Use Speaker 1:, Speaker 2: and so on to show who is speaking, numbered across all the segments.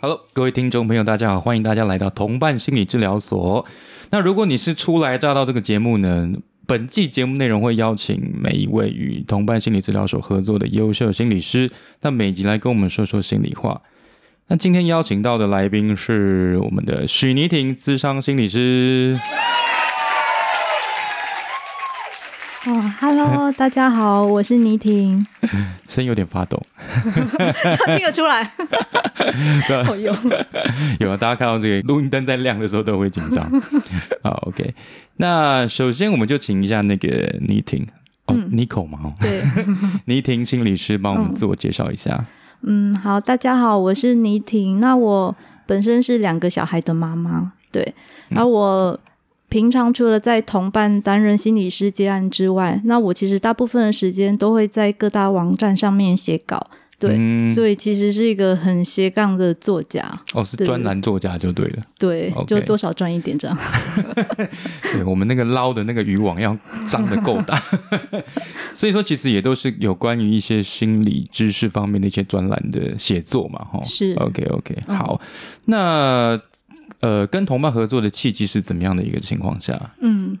Speaker 1: Hello，各位听众朋友，大家好，欢迎大家来到同伴心理治疗所。那如果你是初来乍到这个节目呢，本季节目内容会邀请每一位与同伴心理治疗所合作的优秀心理师，那每集来跟我们说说心里话。那今天邀请到的来宾是我们的许妮婷，资商心理师。
Speaker 2: 哦，Hello，大 家好，我是倪婷，
Speaker 1: 声音有点发抖，
Speaker 2: 听得出来， 哦好用。
Speaker 1: 有啊，大家看到这个录音灯在亮的时候都会紧张。好，OK，那首先我们就请一下那个倪婷，哦，妮、口嘛，哦，
Speaker 2: 对，
Speaker 1: 倪婷心理师帮我们自我介绍一下。
Speaker 2: 嗯，好，大家好，我是倪婷。那我本身是两个小孩的妈妈，对，然后我平常除了在同伴担任心理师接案之外，那我其实大部分的时间都会在各大网站上面写稿，对，
Speaker 1: 嗯
Speaker 2: 所以其实是一个很斜杠的作家，
Speaker 1: 哦，是
Speaker 2: 对
Speaker 1: 专栏作家就对了。
Speaker 2: 对
Speaker 1: OK
Speaker 2: 就多少赚一点这样。
Speaker 1: 对我们那个捞的那个渔网要张得够大， 所以说其实也都是有关于一些心理知识方面的一些专栏的写作嘛，哈。
Speaker 2: 是嗯
Speaker 1: OK OK，好，那呃，跟同伴合作的契机是怎么样的一个情况下？
Speaker 2: 嗯，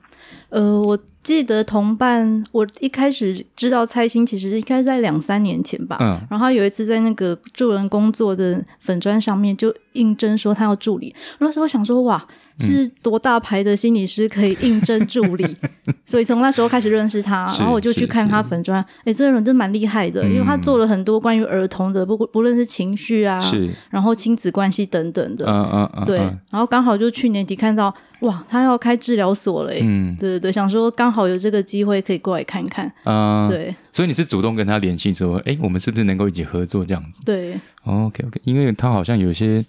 Speaker 2: 呃，我记得同伴，我一开始知道蔡欣，其实应该在两三年前吧。
Speaker 1: 嗯
Speaker 2: 然后他有一次在那个助人工作的粉砖上面就应征说他要助理，那时候想说哇，是多大牌的心理师可以应征助理？ 所以从那时候开始认识他，
Speaker 1: 是嗯
Speaker 2: 然后我就去看他粉砖，哎，这个人真蛮厉害的，因为他做了很多关于儿童的，不不论是情绪啊，
Speaker 1: 是，
Speaker 2: 然后亲子关系等等的。
Speaker 1: 嗯嗯嗯，
Speaker 2: 对，
Speaker 1: 嗯
Speaker 2: 然后刚好就去年底看到，哇，他要开治疗所了耶，哎
Speaker 1: 嗯
Speaker 2: 对对对，想说刚好有这个机会可以过来看看，
Speaker 1: 嗯，
Speaker 2: 对
Speaker 1: 所以你是主动跟他联系说，哎，我们是不是能够一起合作这样子
Speaker 2: 对，
Speaker 1: ？OK OK，因为他好像有一些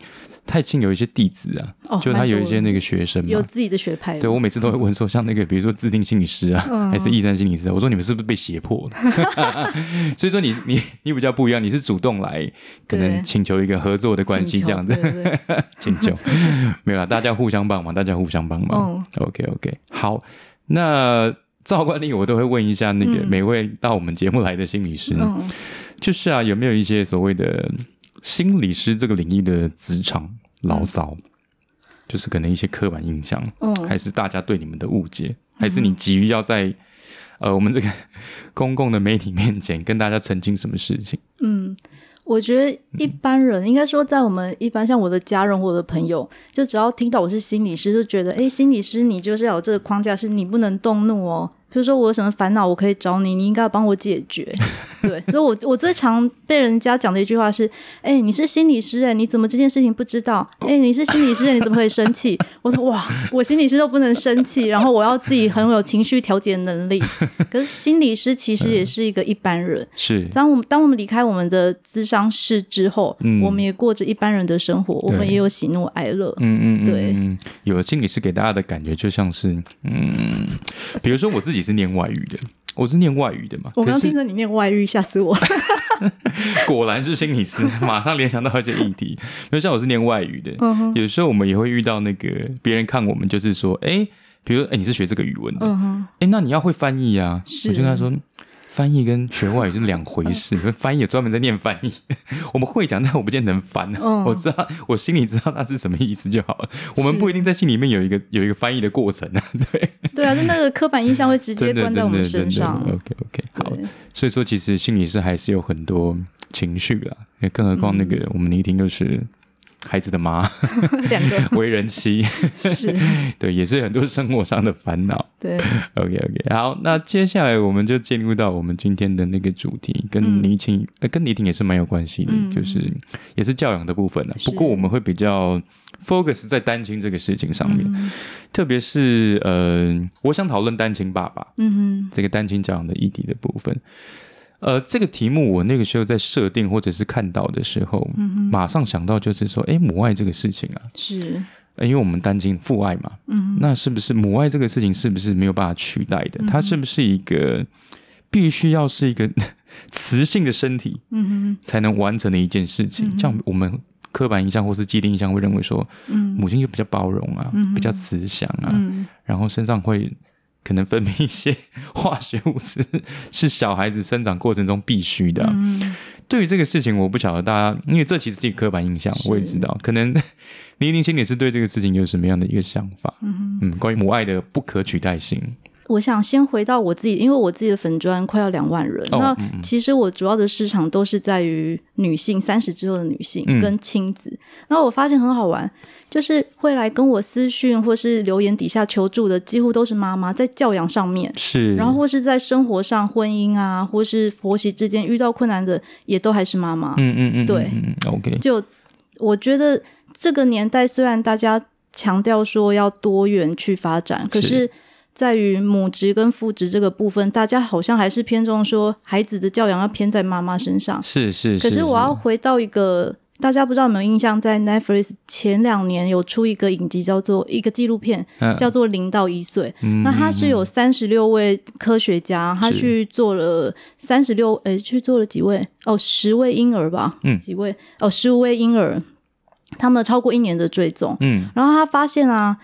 Speaker 1: 太庆有一些弟子啊，
Speaker 2: 哦，
Speaker 1: 就他
Speaker 2: 蛮
Speaker 1: 有一
Speaker 2: 多
Speaker 1: 些
Speaker 2: 的
Speaker 1: 那个学生嘛
Speaker 2: 有，自己的学派的，
Speaker 1: 嗯对我每次都会问说，像那个比如说制定心理师啊，
Speaker 2: 嗯
Speaker 1: 还是易山心理师啊，我说你们是不是被胁迫的？ 所以说你你你比较不一样，你是主动来可能
Speaker 2: 对
Speaker 1: 请求一个合作的关系
Speaker 2: 请求
Speaker 1: 这样子，
Speaker 2: 对对对
Speaker 1: 请求 没有啦，大家互相帮忙，大家互相帮忙。
Speaker 2: 嗯
Speaker 1: OK OK，好，那。照惯例，我都会问一下那个每位到我们节目来的心理师，
Speaker 2: 嗯，
Speaker 1: 就是啊，有没有一些所谓的心理师这个领域的职场牢骚，就是可能一些刻板印象，
Speaker 2: 嗯
Speaker 1: 还是大家对你们的误解，还是你急于要在呃我们这个 公共的媒体面前跟大家澄清什么事情？
Speaker 2: 嗯，我觉得一般人应该说，在我们一般像我的家人、我的朋友，就只要听到我是心理师，就觉得哎，诶心理师你就是要有这个框架，是你不能动怒哦。比如说我有什么烦恼，我可以找你，你应该要帮我解决。对，所以我我最常被人家讲的一句话是：哎，你是心理师哎，你怎么这件事情不知道？哎，你是心理师哎，你怎么可以生气？我说哇，我心理师都不能生气，然后我要自己很有情绪调节能力。可是心理师其实也是一个一般人，
Speaker 1: 是
Speaker 2: 当我们当我们离开我们的咨商室之后，
Speaker 1: 嗯
Speaker 2: 我们也过着一般人的生活，我们也有喜怒哀乐。
Speaker 1: 嗯嗯，嗯
Speaker 2: 对
Speaker 1: 嗯，有的心理师给大家的感觉就像是，嗯，比如说我自己是念外语的，我是念外语的嘛，
Speaker 2: 我刚
Speaker 1: 可
Speaker 2: 刚
Speaker 1: 是
Speaker 2: 听着你念外遇，吓死我！
Speaker 1: 果然是心理师，马上联想到一些议题。因为像我是念外语的，
Speaker 2: 嗯
Speaker 1: 有时候我们也会遇到那个别人看我们，就是说，哎、比如说，哎、你是学这个语文的，哎、那你要会翻译啊。
Speaker 2: 嗯是
Speaker 1: 我就跟他说，翻译跟学外语是两回 事，翻译也专门在念翻译。 我们会讲，但我不见得能翻、啊。
Speaker 2: 嗯
Speaker 1: 我知道，我心里知道它是什么意思就好了。我们
Speaker 2: 是
Speaker 1: 不一定在心里面有一个有一个翻译的过程啊，对，
Speaker 2: 对啊，就那个刻板印象会直接
Speaker 1: 真的
Speaker 2: 关
Speaker 1: 真
Speaker 2: 在我
Speaker 1: 的
Speaker 2: 们
Speaker 1: 真
Speaker 2: 身
Speaker 1: 的。
Speaker 2: 上。
Speaker 1: OK OK，好，
Speaker 2: 对，
Speaker 1: 所以说，其实心理师还是有很多情绪啦，更何况那个、
Speaker 2: 嗯
Speaker 1: 我们倪婷就是孩子的 妈，
Speaker 2: 两个
Speaker 1: 为人妻，
Speaker 2: 是，
Speaker 1: 对，也是很多生活上的烦恼。
Speaker 2: 对，
Speaker 1: OK OK，好，那接下来我们就进入到我们今天的那个主题，跟
Speaker 2: 嗯
Speaker 1: 倪婷、呃跟倪婷也是蛮有关系的，
Speaker 2: 嗯
Speaker 1: 就是也是教养的部分了。
Speaker 2: 是
Speaker 1: 不过我们会比较 focus 在单亲这个事情上面，
Speaker 2: 嗯
Speaker 1: 特别是呃，我想讨论单亲爸爸。
Speaker 2: 嗯
Speaker 1: 这个单亲教养的议题的部分。呃，这个题目我那个时候在设定或者是看到的时候，马上想到就是说，诶，母爱这个事情啊，
Speaker 2: 哼，是，
Speaker 1: 呃因为我们单亲父爱嘛，
Speaker 2: 嗯
Speaker 1: 那是不是母爱这个事情是不是没有办法取代的？它是不是一个必须要是一个 雌性的身体
Speaker 2: 嗯
Speaker 1: 才能完成的一件事情？这样我们刻板印象或是既定印象会认为说，
Speaker 2: 嗯
Speaker 1: 母亲就比较包容啊，比较慈祥啊，
Speaker 2: 嗯
Speaker 1: 然后身上会可能分泌一些化学物质， 是小孩子生长过程中必须的啊、
Speaker 2: 嗯，
Speaker 1: 对于这个事情，我不晓得大家，因为这其实是一个刻板印象，
Speaker 2: 是
Speaker 1: 我也知道，可能 你一定心里是对这个事情有什么样的一个想法？嗯嗯，关于母爱的不可取代性，
Speaker 2: 我想先回到我自己，因为我自己的粉砖快要两万人，
Speaker 1: 哦
Speaker 2: 那其实我主要的市场都是在于女性三十之后的女性
Speaker 1: 嗯
Speaker 2: 跟亲子。然后我发现很好玩，就是会来跟我私讯或是留言底下求助的，几乎都是妈妈在教养上面。
Speaker 1: 是，
Speaker 2: 然后或是在生活上、婚姻啊，或是婆媳之间遇到困难的，也都还是妈妈。
Speaker 1: 嗯嗯嗯，
Speaker 2: 对
Speaker 1: 嗯嗯，OK，
Speaker 2: 就我觉得这个年代，虽然大家强调说要多元去发展，可是。在于母职跟父职这个部分，大家好像还是偏重说孩子的教养要偏在妈妈身上。
Speaker 1: 是是，
Speaker 2: 可是我要回到一个，大家不知道有没有印象，在 Netflix 前两年有出一个影集，叫做一个纪录片，
Speaker 1: 嗯
Speaker 2: 叫做《零到一岁》。
Speaker 1: 嗯
Speaker 2: 那他是有三十六位科学家，他
Speaker 1: 是
Speaker 2: 去做了三十六，诶，去做了几位？哦，十位婴儿吧，
Speaker 1: 嗯
Speaker 2: 几位？哦，十五位婴儿，他们超过一年的追踪，
Speaker 1: 嗯
Speaker 2: 然后他发现啊，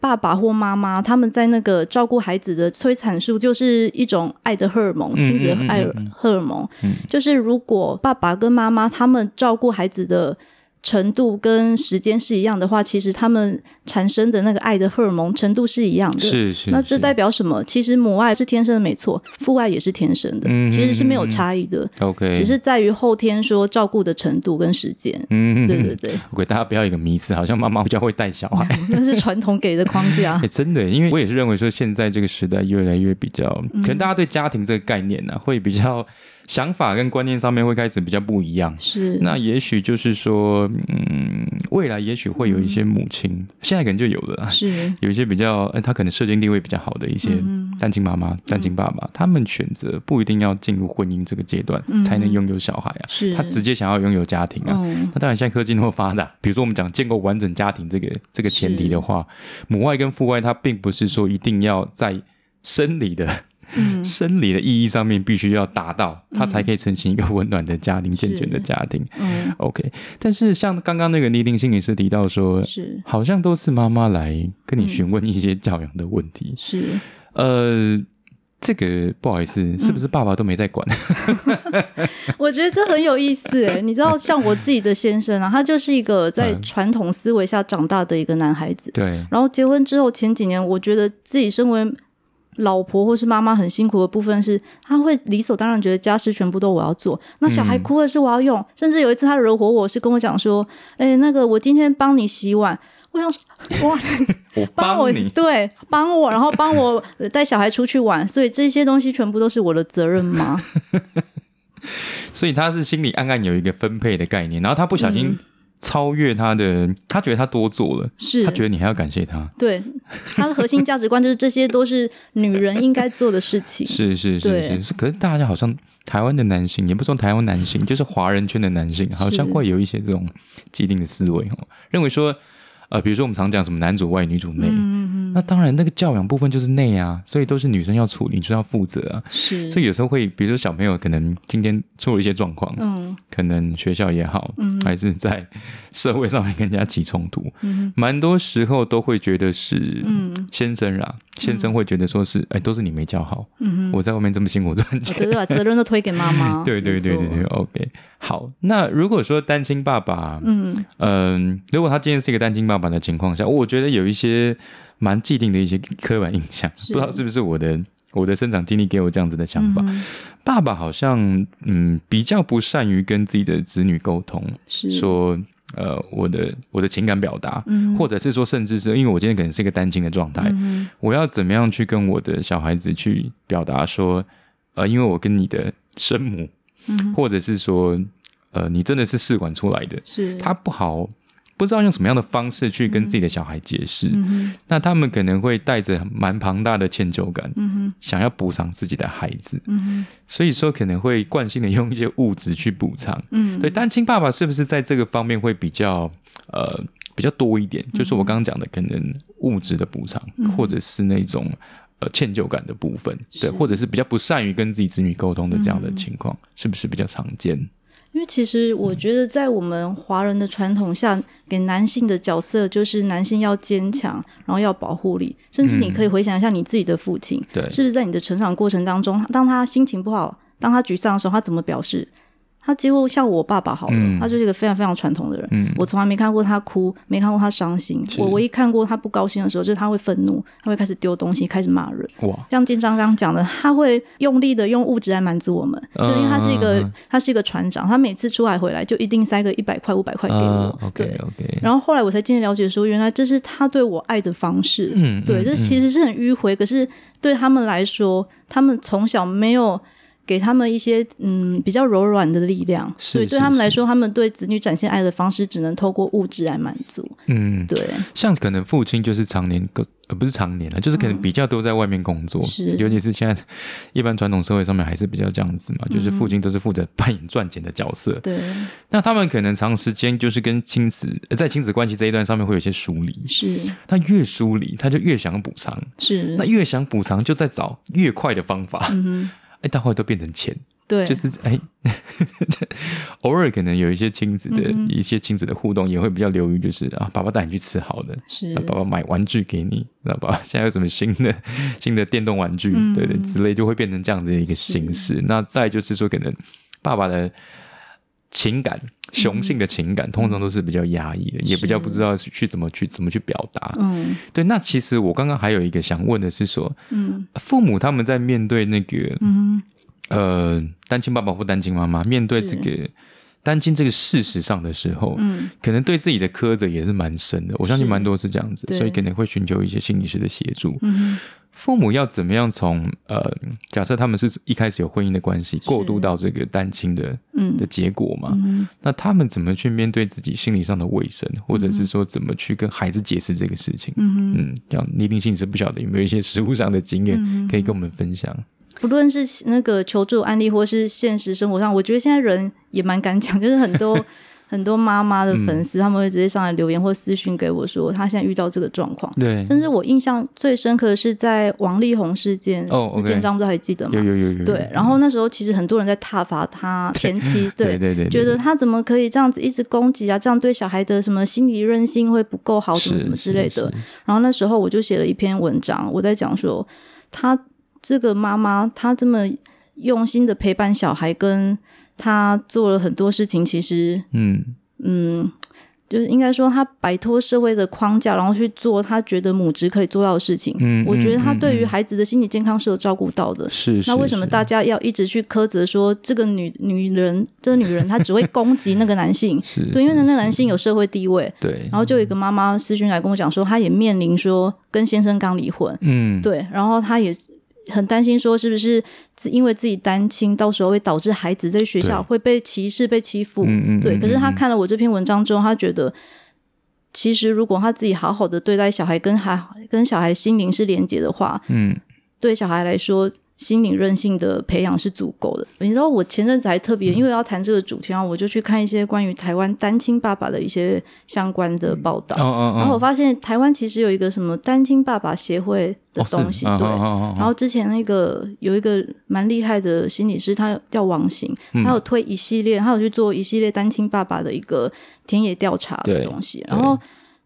Speaker 2: 爸爸或妈妈他们在那个照顾孩子的催产素，就是一种爱的荷尔蒙，
Speaker 1: 嗯
Speaker 2: 亲子
Speaker 1: 嗯嗯
Speaker 2: 爱
Speaker 1: 嗯嗯
Speaker 2: 荷尔蒙。就是如果爸爸跟妈妈他们照顾孩子的程度跟时间是一样的话，其实他们产生的那个爱的荷尔蒙程度是一样的。
Speaker 1: 是是，
Speaker 2: 那这
Speaker 1: 是
Speaker 2: 代表什么？其实母爱是天生的，没错，父爱也是天生的，
Speaker 1: 嗯嗯
Speaker 2: 其实是没有
Speaker 1: 嗯嗯
Speaker 2: 差异的，
Speaker 1: OK，
Speaker 2: 只是在于后天说照顾的程度跟时间。
Speaker 1: 嗯，
Speaker 2: 对对对。
Speaker 1: OK，大家不要有一个迷思，好像妈妈比较会带小孩。
Speaker 2: 那是传统给的框架
Speaker 1: 哎、。真的耶，因为我也是认为说，现在这个时代越来越比较，
Speaker 2: 嗯
Speaker 1: 可能大家对家庭这个概念呢、会比较想法跟观念上面会开始比较不一样。
Speaker 2: 是，
Speaker 1: 那也许就是说，嗯，未来也许会有一些母亲，
Speaker 2: 嗯
Speaker 1: 现在可能就有了啊，
Speaker 2: 是，
Speaker 1: 有一些比较，呃，他可能社经地位比较好的一些
Speaker 2: 嗯
Speaker 1: 单亲妈妈、单亲爸爸，他们选择不一定要进入婚姻这个阶段、
Speaker 2: 嗯
Speaker 1: 才能拥有小孩啊，
Speaker 2: 是，
Speaker 1: 他直接想要拥有家庭啊。
Speaker 2: 嗯，
Speaker 1: 那当然，现在科技那么发达，比如说我们讲建构完整家庭这个这个前提的话，母爱跟父爱它并不是说一定要在生理的、
Speaker 2: 嗯
Speaker 1: 生理的意义上面必须要达到，它才可以成型一个温暖的家庭、健全的家庭。
Speaker 2: 嗯，
Speaker 1: OK，但是像刚刚那个倪定心理师提到说，
Speaker 2: 是
Speaker 1: 好像都是妈妈来跟你
Speaker 2: 嗯
Speaker 1: 询问一些教养的问题，
Speaker 2: 是，
Speaker 1: 呃。这个不好意思，是
Speaker 2: 嗯
Speaker 1: 不是爸爸都没在管？
Speaker 2: 我觉得这很有意思诶。你知道，像我自己的先生啊，他就是一个在
Speaker 1: 嗯
Speaker 2: 传统思维下长大的一个男孩子。
Speaker 1: 对，
Speaker 2: 然后结婚之后前几年，我觉得自己身为老婆或是妈妈很辛苦的部分是，他会理所当然觉得家事全部都我要做，那小孩哭的是我要
Speaker 1: 嗯
Speaker 2: 用，甚至有一次他惹火我是跟我讲说，哎、那个我今天帮你洗碗。我想说，哇，
Speaker 1: 我
Speaker 2: 帮我
Speaker 1: 帮你。
Speaker 2: 对，帮我，然后帮我 呃带小孩出去玩，所以这些东西全部都是我的责 任吗？
Speaker 1: 所以他是心里暗暗有一个分配的概念，然后他不小
Speaker 2: 嗯
Speaker 1: 心超越他的，他觉得他多做了，
Speaker 2: 是
Speaker 1: 他，觉得你还要感谢他，
Speaker 2: 对，他的核心价值观就是这些都是女人应该做的事情。
Speaker 1: 是是是
Speaker 2: 对
Speaker 1: 是是。可是大家好像台湾的男性，也不说台湾男性，就是华人圈的男性，好像会有一些这种既定的思维哦，认为说。呃，比如说我们常讲什么男主外女主内，
Speaker 2: 嗯嗯
Speaker 1: 那当然那个教养部分就是内啊，所以都是女生要处理，女生要负责啊。
Speaker 2: 嗯，是，
Speaker 1: 所以有时候会，比如说小朋友可能今天出了一些状况，
Speaker 2: 嗯
Speaker 1: 可能学校也好，还是在社会上面跟人家起冲突，
Speaker 2: 嗯
Speaker 1: 蛮多时候都会觉得是
Speaker 2: 嗯
Speaker 1: 先生啊，先生会觉得说是，哎，都是你没教好，
Speaker 2: 嗯，
Speaker 1: 我在外面这么辛苦赚
Speaker 2: 哦
Speaker 1: 钱，。
Speaker 2: 对对，把责任都推给妈 妈
Speaker 1: 对对对对
Speaker 2: 没
Speaker 1: 对
Speaker 2: 错，
Speaker 1: ，OK，好，那如果说单亲爸爸，
Speaker 2: 嗯
Speaker 1: 嗯、如果他今天是一个单亲爸爸的情况下，我觉得有一些蛮既定的一些刻板印象，不
Speaker 2: 是
Speaker 1: 知道是不是我的。我的生长经历给我这样子的想法，
Speaker 2: 嗯
Speaker 1: 爸爸好像嗯比较不善于跟自己的子女沟通，
Speaker 2: 是
Speaker 1: 说，呃，我的我的情感表达，
Speaker 2: 嗯
Speaker 1: 或者是说，甚至是因为我今天可能是一个单亲的状态，
Speaker 2: 嗯
Speaker 1: 我要怎么样去跟我的小孩子去表达说，呃，因为我跟你的生母，
Speaker 2: 嗯
Speaker 1: 或者是说，呃，你真的是试管出来的，
Speaker 2: 是
Speaker 1: 他不好，不知道用什么样的方式去跟自己的小孩解释，
Speaker 2: 嗯哼
Speaker 1: 那他们可能会带着蛮庞大的歉疚感，
Speaker 2: 嗯哼
Speaker 1: 想要补偿自己的孩子，
Speaker 2: 嗯哼
Speaker 1: 所以说可能会惯性的用一些物质去补偿。
Speaker 2: 嗯
Speaker 1: 对，单亲爸爸是不是在这个方面会比较呃比较多一点？
Speaker 2: 嗯
Speaker 1: 就是我刚刚讲的，可能物质的补偿，或者是那种呃歉疚感的部分，对，
Speaker 2: 是嗯
Speaker 1: 或者是比较不善于跟自己子女沟通的这样的情况，是不是比较常见？
Speaker 2: 因为其实我
Speaker 1: 嗯
Speaker 2: 觉得，在我们华人的传统下，给男性的角色就是男性要坚强，然后要保护你，甚至
Speaker 1: 嗯
Speaker 2: 你可以回想一下你自己的父亲，
Speaker 1: 对
Speaker 2: 是不是在你的成长过程当中，当他心情不好，当他沮丧的时候，他怎么表示？他几乎像我爸爸好了，
Speaker 1: 嗯
Speaker 2: 他就是一个非常非常传统的人，
Speaker 1: 嗯
Speaker 2: 我从来没看过他哭，没看过他伤心。
Speaker 1: 是
Speaker 2: 我唯一看过他不高兴的时候，就是他会愤怒，他会开始丢东西，开始骂人。
Speaker 1: 哇，
Speaker 2: 像金章刚讲的，他会用力的用物质来满足我们，
Speaker 1: 嗯
Speaker 2: 就是因为他是一个、
Speaker 1: 嗯嗯
Speaker 2: 他是一个船长，他每次出海回来就一定塞个一百块五百块给
Speaker 1: 啊
Speaker 2: 我。
Speaker 1: ，OK
Speaker 2: 对，
Speaker 1: OK，
Speaker 2: 然后后来我才渐渐了解说，原来这是他对我爱的方式。
Speaker 1: 嗯
Speaker 2: 对，这其实是很迂回，可是对他们来说，他们从小没有给他们一些嗯比较柔软的力量，
Speaker 1: 是
Speaker 2: 所以对
Speaker 1: 是
Speaker 2: 他们来
Speaker 1: 是
Speaker 2: 说，他们对子女展现爱的方式只能透过物质来满足。
Speaker 1: 嗯，嗯
Speaker 2: 对，
Speaker 1: 像可能父亲就是常年个呃不是常年了，就是可能比较多在外面工作，
Speaker 2: 嗯是
Speaker 1: 尤其是现在一般传统社会上面还是比较这样子嘛，就是
Speaker 2: 嗯
Speaker 1: 父亲都是负责扮演赚钱的角色，
Speaker 2: 对，
Speaker 1: 那他们可能长时间就是跟亲子呃在亲子关系这一段上面会有一些疏离，
Speaker 2: 是
Speaker 1: 他越疏离他就越想补偿，
Speaker 2: 是，
Speaker 1: 那越想补偿就在找越快的方法，
Speaker 2: 嗯嗯哼，
Speaker 1: 哎，到后来都变成钱。
Speaker 2: 对，
Speaker 1: 就是 哎，偶尔可能有一些亲子的、
Speaker 2: 嗯哼
Speaker 1: 一些亲子的互动也会比较流于，就是啊，爸爸带你去吃好的，
Speaker 2: 是
Speaker 1: 那爸爸买玩具给你，那爸 爸现在有什么新的新的电动玩具，
Speaker 2: 嗯
Speaker 1: 对对之类，就会变成这样子的一个形式。那再就是说，可能爸爸的情感，雄性的情
Speaker 2: 嗯
Speaker 1: 感，通常都是比较压抑的，也比较不知道去怎么去怎么去表达。
Speaker 2: 嗯
Speaker 1: 对，那其实我刚刚还有一个想问的是说，
Speaker 2: 嗯
Speaker 1: 父母他们在面对那个
Speaker 2: 嗯
Speaker 1: 呃单亲爸爸或单亲妈妈面对这个单亲这个事实上的时候，
Speaker 2: 嗯，
Speaker 1: 可能对自己的苛责也是蛮深的。我相信蛮多是这样子，
Speaker 2: 对
Speaker 1: 所以可能会寻求一些心理师的协助。
Speaker 2: 嗯哼，
Speaker 1: 父母要怎么样从呃，假设他们是一开始有婚姻的关系，过渡到这个单亲的
Speaker 2: 嗯
Speaker 1: 的结果嘛？
Speaker 2: 嗯
Speaker 1: 那他们怎么去面对自己心理上的卫生，或者是说怎么去跟孩子解释这个事情？
Speaker 2: 嗯哼。
Speaker 1: 嗯，像倪定性是不晓得有没有一些实物上的经验
Speaker 2: 嗯
Speaker 1: 可以跟我们分享？
Speaker 2: 不论是那个求助案例，或是现实生活上，我觉得现在人也蛮敢讲，就是很 多很多妈妈
Speaker 1: 嗯
Speaker 2: 的粉丝，他们会直接上来留言或私讯给我说，她现在遇到这个状况。
Speaker 1: 对，
Speaker 2: 甚至我印象最深刻的是在王力宏事件，
Speaker 1: 哦，OK
Speaker 2: 建章不知道还记得
Speaker 1: 有
Speaker 2: 吗？
Speaker 1: 有有有，
Speaker 2: 对，然后那时候其实很多人在挞伐他前妻，对
Speaker 1: 对对对，
Speaker 2: 觉得他怎么可以这样子一直攻击啊？这样对小孩的什么心理韧性会不够好，怎么
Speaker 1: 是
Speaker 2: 怎么之类
Speaker 1: 是
Speaker 2: 的。然后那时候我就写了一篇文章，我在讲说，他这个妈妈，她这么用心的陪伴小孩，跟她做了很多事情，其实，
Speaker 1: 嗯，
Speaker 2: 嗯，就是应该说她摆脱社会的框架，然后去做她觉得母职可以做到的事情。
Speaker 1: 嗯
Speaker 2: 我觉得她
Speaker 1: 嗯嗯
Speaker 2: 对于
Speaker 1: 嗯
Speaker 2: 孩子的心理健康是有照顾到的。
Speaker 1: 是？
Speaker 2: 那为什么大家要一直去苛责说这个女女人，这个女人她只会攻击那个男性
Speaker 1: 是
Speaker 2: 对，因为那个男性有社会地位。
Speaker 1: 对，
Speaker 2: 然后就有一个妈妈私讯来跟我讲说，她也面临说跟先生刚离婚，
Speaker 1: 嗯，
Speaker 2: 对，然后她也很担心说是不是自因为自己单亲，到时候会导致孩子在学校
Speaker 1: 对
Speaker 2: 会被歧视、被欺负。
Speaker 1: 嗯，嗯嗯，
Speaker 2: 对，可是她
Speaker 1: 嗯
Speaker 2: 看了我这篇文章之后，她觉得。其实，如果她自己好好的对待小孩，跟孩跟小孩心灵是连结的话，
Speaker 1: 嗯
Speaker 2: 对小孩来说，心理韧性的培养是足够的。你知道，我前阵子还特
Speaker 1: 嗯
Speaker 2: 别因为要谈这个主题，然后我就去看一些关于台湾单亲爸爸的一些相关的报道。
Speaker 1: 哦哦哦，
Speaker 2: 然后我发现台湾其实有一个什么单亲爸爸协会的
Speaker 1: 哦是
Speaker 2: 东西，
Speaker 1: 哦
Speaker 2: 对。
Speaker 1: 哦哦
Speaker 2: 然后之前那个有一个蛮厉害的心理师，他叫王行，
Speaker 1: 嗯
Speaker 2: 他有推一系列，他有去做一系列单亲爸爸的一个田野调查的
Speaker 1: 对
Speaker 2: 东西。然后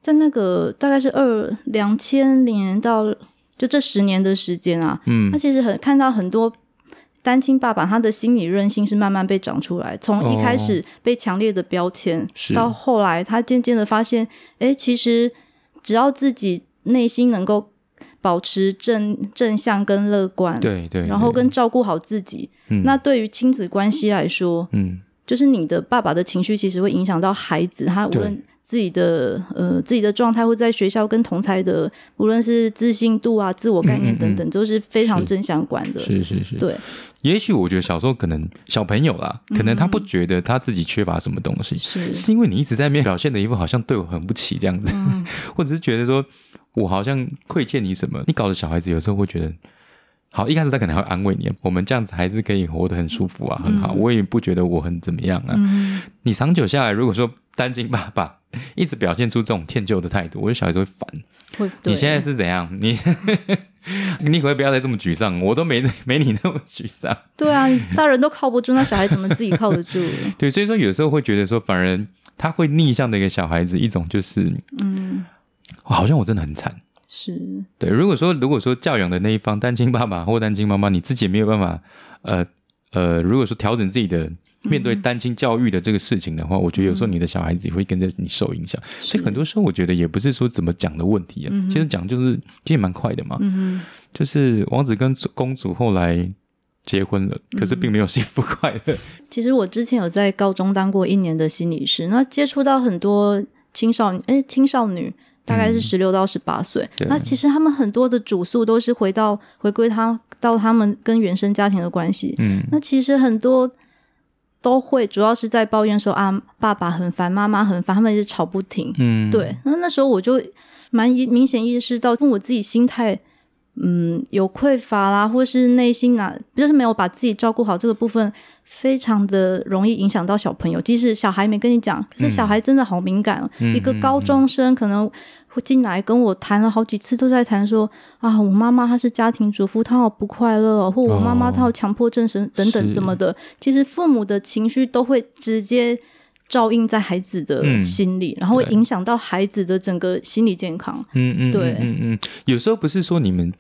Speaker 2: 在那个大概是二两千年到就这十年的时间啊，
Speaker 1: 嗯
Speaker 2: 他其实很看到很多。单亲爸爸他的心理韧性是慢慢被长出来，从一开始被强烈的标签，
Speaker 1: 哦是
Speaker 2: 到后来他渐渐的发现，哎，其实只要自己内心能够保持正正向跟乐观，
Speaker 1: 对对，
Speaker 2: 然后
Speaker 1: 对
Speaker 2: 跟照顾好自己，
Speaker 1: 嗯
Speaker 2: 那对于亲子关系来说，
Speaker 1: 嗯
Speaker 2: 就是你的爸爸的情绪其实会影响到孩子，他无
Speaker 1: 对
Speaker 2: 论自己的呃自己的状态，或在学校跟同才的，无论是自信度啊、自我概
Speaker 1: 嗯
Speaker 2: 念等等，都是非常正相关的。
Speaker 1: 是是是，
Speaker 2: 对，
Speaker 1: 也许我觉得小时候可能小朋友啦，可能他不觉得他自己缺乏什么东西，
Speaker 2: 嗯是，
Speaker 1: 是因为你一直在面表现的一副好像对我很不起这样子，
Speaker 2: 嗯
Speaker 1: 或者是觉得说我好像亏欠你什么，你搞得小孩子有时候会觉得。好，一开始他可能还会安慰你，我们这样子还是可以活得很舒服啊，很好，我也不觉得我很怎么样啊。
Speaker 2: 嗯，
Speaker 1: 你长久下来，如果说单亲爸爸一直表现出这种歉疚的态度，我觉得小孩子会烦。
Speaker 2: 会对
Speaker 1: 你现在是怎样？你 你可不可以不要再这么沮丧？我都没没你那么沮丧。
Speaker 2: 对啊，大人都靠不住，那小孩怎么自己靠得住？
Speaker 1: 对，所以说有时候会觉得说，反而他会逆向的一个小孩子，一种就是
Speaker 2: 嗯，
Speaker 1: 哇好像我真的很惨。
Speaker 2: 是
Speaker 1: 对，如果说如果说教养的那一方单亲爸爸或单亲妈妈，你自己没有办法，呃呃，如果说调整自己的面对单亲教育的这个事情的话，我觉得有时候你的小孩子也会跟着你受影响。所以很多时候，我觉得也不是说怎么讲的问题啊，其实讲就是其实蛮快的嘛。
Speaker 2: 嗯
Speaker 1: 就是王子跟公主后来结婚了，可是并没有幸福快乐。
Speaker 2: 其实我之前有在高中当过一年的心理师，那接触到很多青少年，哎，青少女大概是十六到十八岁，
Speaker 1: 对
Speaker 2: 那其实他们很多的主诉都是回到回归他到他们跟原生家庭的关系，
Speaker 1: 嗯，
Speaker 2: 那其实很多都会主要是在抱怨说啊，爸爸很烦，妈妈很烦，他们一直吵不停，
Speaker 1: 嗯，
Speaker 2: 对，那那时候我就蛮意明显意识到，跟我自己心态，嗯，有匮乏啦，或是内心啊，就是没有把自己照顾好这个部分，非常的容易影响到小朋友。即使小孩没跟你讲，可是小
Speaker 1: 嗯
Speaker 2: 孩真的好敏感、哦。一个高中生可能会进来跟我谈了好几次，都在谈说啊，我妈妈她是家庭主妇，她好不快乐、哦，或我妈妈她有强迫症什等等
Speaker 1: 是
Speaker 2: 怎么的。其实父母的情绪都会直接。照应在孩子的
Speaker 1: 嗯
Speaker 2: 心理，然后会
Speaker 1: 对
Speaker 2: 影响到孩子的整个心理健康。
Speaker 1: 嗯嗯，
Speaker 2: 对
Speaker 1: 嗯嗯嗯，有时候不是说你们，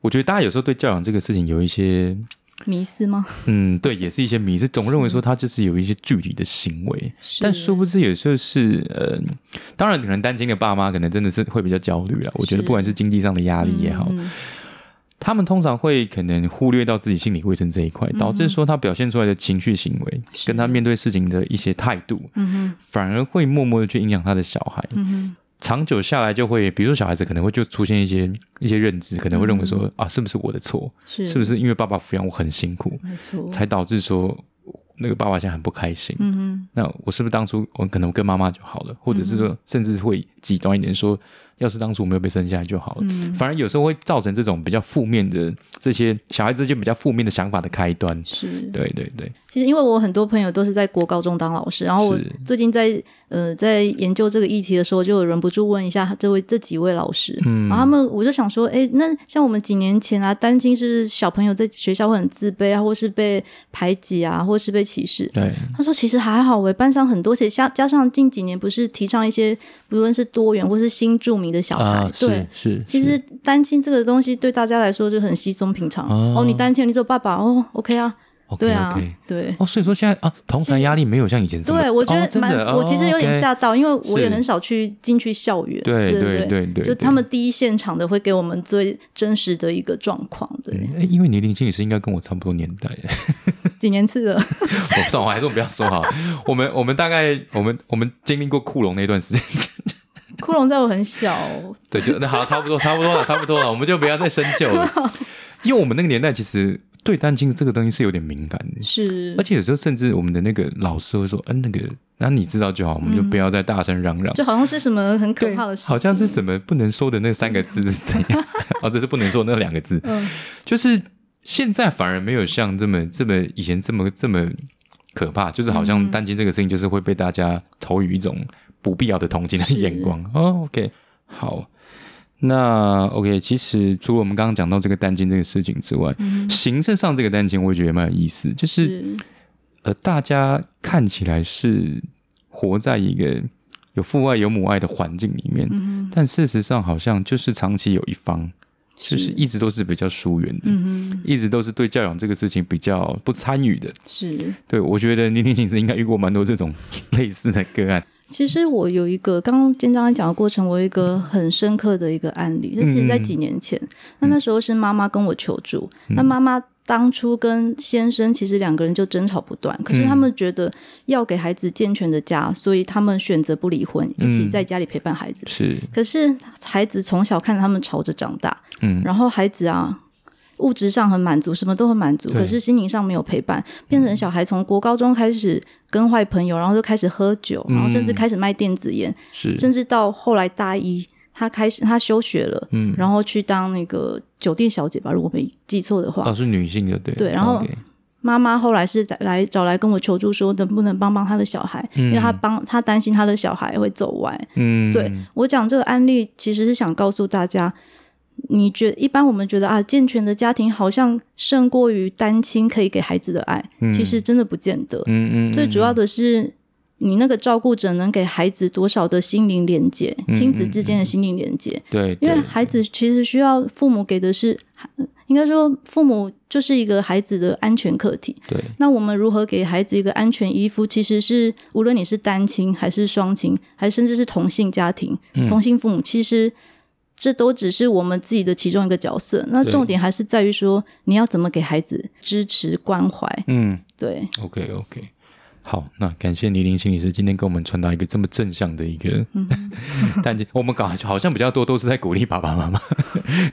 Speaker 1: 我觉得大家有时候对教养这个事情有一些，
Speaker 2: 迷思吗？
Speaker 1: 嗯，对，也是一些迷思，总认为说他就是有一些具体的行为， 但殊不知有时候是，呃，当然可能单亲的爸妈可能真的是会比较焦虑了。我觉得
Speaker 2: 是
Speaker 1: 不管是经济上的压力也好，
Speaker 2: 嗯
Speaker 1: 他们通常会可能忽略到自己心理卫生这一块，导
Speaker 2: 嗯
Speaker 1: 致说他表现出来的情绪行为，跟他面对事情的一些态度，
Speaker 2: 嗯
Speaker 1: 反而会默默的去影响他的小孩。
Speaker 2: 嗯嗯
Speaker 1: 长久下来就会，比如说小孩子可能会就出现一些一些认知，可能会认为说、啊，是不是我的错？
Speaker 2: 嗯是
Speaker 1: 是不是因为爸爸抚养我很辛苦，
Speaker 2: 没错？
Speaker 1: 才导致说那个爸爸现在很不开心？
Speaker 2: 嗯哼，
Speaker 1: 那我是不是当初我可能跟妈妈就好了，或者是说
Speaker 2: 嗯
Speaker 1: 甚至会极端一点说，要是当初我没有被生下来就好了。
Speaker 2: 嗯
Speaker 1: 反而有时候会造成这种比较负面的这些小孩子就比较负面的想法的开端。
Speaker 2: 是。
Speaker 1: 对对对，
Speaker 2: 其实因为我很多朋友都是在国高中当老师，然后我
Speaker 1: 是
Speaker 2: 最近在呃在研究这个议题的时候，就有忍不住问一下这位这几位老师，嗯，然后他们我就想说，哎，那像我们几年前啊，单亲是不是小朋友在学校会很自卑啊，或是被排挤啊，或是被歧视？
Speaker 1: 对，
Speaker 2: 他说：“其实还好诶，班上很多，而且加加上近几年不是提倡一些，不论是多元或是新著名的小孩，哎对，
Speaker 1: 啊是，
Speaker 2: 其实单亲这个东西对大家来说就很稀松平常。
Speaker 1: 哦
Speaker 2: 哦，你单亲，你只有爸爸，哦，OK 啊，对啊
Speaker 1: OK，
Speaker 2: 对。
Speaker 1: 哦，所以说现在啊，同侪压力没有像以前这么
Speaker 2: 对，我觉
Speaker 1: 哦
Speaker 2: 得
Speaker 1: 真
Speaker 2: 蛮，
Speaker 1: 的，
Speaker 2: 我其实有点
Speaker 1: 哦
Speaker 2: 吓到，因为我也
Speaker 1: 是
Speaker 2: 很少去进去校园。
Speaker 1: ，OK，
Speaker 2: 对
Speaker 1: 对对
Speaker 2: 对
Speaker 1: 对对，对
Speaker 2: 就他们第一现场的会给我们最真实的一个状况。对，
Speaker 1: 嗯诶因为你林心理师应该跟我差不多年代，
Speaker 2: 几年次 的，
Speaker 1: 我算了我还是我们不要说好了，我们我们大概我们我们经历过库龙那段时间，
Speaker 2: 骷髅在我很小，
Speaker 1: 对，就那好，差不多，差不多了，差不多了，我们就不要再深究了，因为我们那个年代其实对单亲这个东西是有点敏感的，
Speaker 2: 是
Speaker 1: 而且有时候甚至我们的那个老师会说，嗯、那个，那你知道就好，我们就不要再大声嚷嚷。
Speaker 2: 就好像是什么很可
Speaker 1: 对
Speaker 2: 怕的事情，
Speaker 1: 好像是什么不能说的那三个字是怎样？ 哦，这是不能说的那两个字，
Speaker 2: 嗯
Speaker 1: 就是现在反而没有像这么这么以前这么这么可怕，就是好
Speaker 2: 嗯
Speaker 1: 像担心这个事情就是会被大家投予一种不必要的同情的眼光。哦，OK，好。那 OK，其实除了我们刚刚讲到这个担心这个事情之外，
Speaker 2: 嗯
Speaker 1: 形式上这个担心我也觉得蛮有意思，就是
Speaker 2: 是
Speaker 1: 呃，大家看起来是活在一个有父爱有母爱的环境里面，
Speaker 2: 嗯
Speaker 1: 但事实上好像就是长期有一方就是一直都是比较疏远的，
Speaker 2: 嗯
Speaker 1: 一直都是对教养这个事情比较不参与的。
Speaker 2: 哼，是。
Speaker 1: 对我觉得倪婷其实应该遇过蛮多这种 类似的个案。
Speaker 2: 其实我有一个，刚刚建章在讲的过程，我有一个很深刻的一个案例，这其实在几年前，那那时候是妈妈跟我求助，那妈妈。当初跟先生其实两个人就争吵不断，可是他们觉得要给孩子健全的家，所以他们选择不离婚，一起在家里陪伴孩子。
Speaker 1: 是，
Speaker 2: 可是孩子从小看着他们吵着长大，
Speaker 1: 嗯
Speaker 2: 然后孩子啊，物质上很满足，什么都很满足，
Speaker 1: 对嗯
Speaker 2: 可是心灵上没有陪伴，变成小孩从国高中开始跟坏朋友，然后就开始喝酒，然后甚至开始卖电子烟，
Speaker 1: 嗯是，
Speaker 2: 甚至到后来大一，他开始他休学了，
Speaker 1: 嗯，
Speaker 2: 然后去当那个酒店小姐吧，如果没记错的话，
Speaker 1: 哦，是女性的，对
Speaker 2: 对然后
Speaker 1: OK，
Speaker 2: 妈妈后来是来找来跟我求助，说能不能帮帮她的小孩，因为她帮她担心她的小孩会走歪。
Speaker 1: 嗯，
Speaker 2: 对我讲这个案例，其实是想告诉大家，你觉一般我们觉得啊，健全的家庭好像胜过于单亲可以给孩子的爱，其实真的不见得。
Speaker 1: 嗯嗯，
Speaker 2: 最主要的是，你那个照顾者能给孩子多少的心灵连接，
Speaker 1: 嗯
Speaker 2: 亲子之间的心灵连接，
Speaker 1: 对，
Speaker 2: 因为
Speaker 1: 对
Speaker 2: 孩子其实需要父母给的是，呃应该说父母就是一个孩子的安全课题。
Speaker 1: 对，
Speaker 2: 那我们如何给孩子一个安全依附，其实是无论你是单亲还是双亲，还甚至是同性家庭、
Speaker 1: 嗯
Speaker 2: 同性父母，其实这都只是我们自己的其中一个角色。那
Speaker 1: 对
Speaker 2: 重点还是在于说，你要怎么给孩子支持关怀。
Speaker 1: 嗯
Speaker 2: 对，
Speaker 1: ，OK OK。好，那感谢倪玲心理师今天给我们传达一个这么正向的一个 单亲，我们搞好像比较多都是在鼓励爸爸妈妈，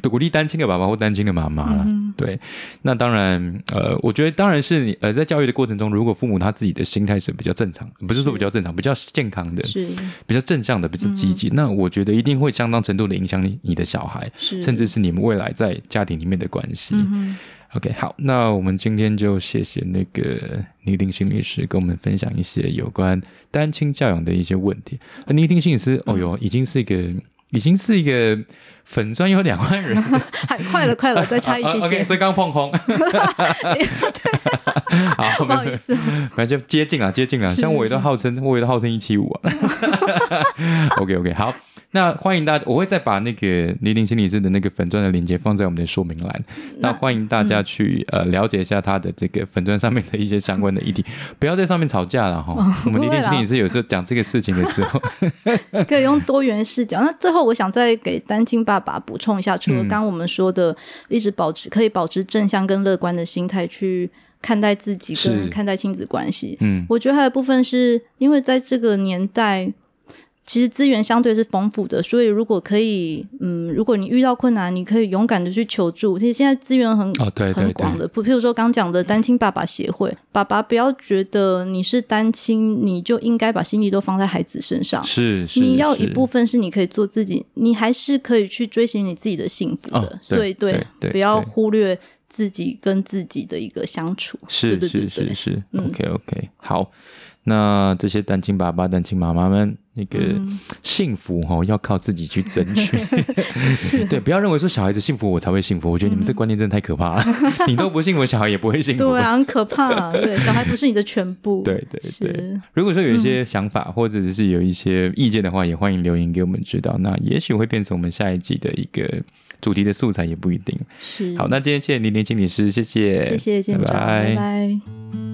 Speaker 1: 鼓励单亲的爸爸或单亲的妈妈啦。对，那当然，呃，我觉得当然是你呃，在教育的过程中，如果父母他自己的心态是比较正常，不是说比较正常，比较健康的，
Speaker 2: 是
Speaker 1: 比较正向的，比较积极，那我觉得一定会相当程度的影响你你的小孩，
Speaker 2: 是，
Speaker 1: 甚至是你们未来在家庭里面的关系。
Speaker 2: 嗯嗯哼
Speaker 1: OK，好，那我们今天就谢谢那个倪定心理师跟我们分享一些有关单亲教养的一些问题。呃倪定心理
Speaker 2: 嗯
Speaker 1: 师，哦哟，已经是一个已经是一个粉钻有两万 人的，
Speaker 2: 还快了快了，再差一些
Speaker 1: 啊 OK，
Speaker 2: 些，
Speaker 1: 所以刚碰 空，好，
Speaker 2: 不好意思，
Speaker 1: 反正就接近了，接近了。
Speaker 2: 是
Speaker 1: 像我也都号称，我也都号称一七五啊。OK OK，好，那欢迎大家，我会再把那个李鼎心理师的那个粉钻的链接放在我们的说明栏，那欢迎大
Speaker 2: 嗯
Speaker 1: 家去、呃了解一下他的这个粉钻上面的一些相关的议题，不要在上面吵架了哈。
Speaker 2: 哦
Speaker 1: 我们李鼎心理师有时候讲这个事情的时 候，
Speaker 2: 可以用多元视角。那最后，我想再给单亲爸爸补充一下，除
Speaker 1: 嗯
Speaker 2: 了刚刚我们说的，一直保持可以保持正向跟乐观的心态去看待自己
Speaker 1: 是
Speaker 2: 跟看待亲子关系。
Speaker 1: 嗯，
Speaker 2: 我觉得还有部分是因为在这个年代，其实资源相对是丰富的，所以如果可以，嗯，如果你遇到困难，你可以勇敢的去求助。其实现在资源很
Speaker 1: 哦对对
Speaker 2: 很
Speaker 1: 对
Speaker 2: 广，的，譬譬如说刚讲的单亲爸爸协会，爸爸不要觉得你是单亲，你就应该把心力都放在孩子身上。
Speaker 1: 是是，
Speaker 2: 你要一部
Speaker 1: 分
Speaker 2: 分是你可以做自己，你还是可以去追寻你自己的幸福的，
Speaker 1: 哦对
Speaker 2: 所以
Speaker 1: 对对
Speaker 2: 不要
Speaker 1: 对
Speaker 2: 忽略自己跟自己的一个相处。
Speaker 1: 是
Speaker 2: 对对
Speaker 1: 是
Speaker 2: 对嗯对
Speaker 1: 是是，OK OK，好，那这些单亲爸爸、单亲妈妈们，那个
Speaker 2: 嗯
Speaker 1: 幸福哦，要靠自己去争取。
Speaker 2: 是
Speaker 1: 对，不要认为说小孩子幸福我才会幸福，我觉得你们这观念真的太可怕了。 你都不幸福，小孩也不会幸福。
Speaker 2: 嗯对啊，很可怕、对，小孩不是你的全部。
Speaker 1: 对对对。
Speaker 2: 是，
Speaker 1: 如果说有一些想法、或者是有一些意见的话，也欢迎留言给我们知道。那也许会变成我们下一季的一个主题的素材，也不一定。
Speaker 2: 是
Speaker 1: 好，那今天谢谢林林经理师，谢谢，
Speaker 2: 谢谢建长，
Speaker 1: 拜拜
Speaker 2: 拜拜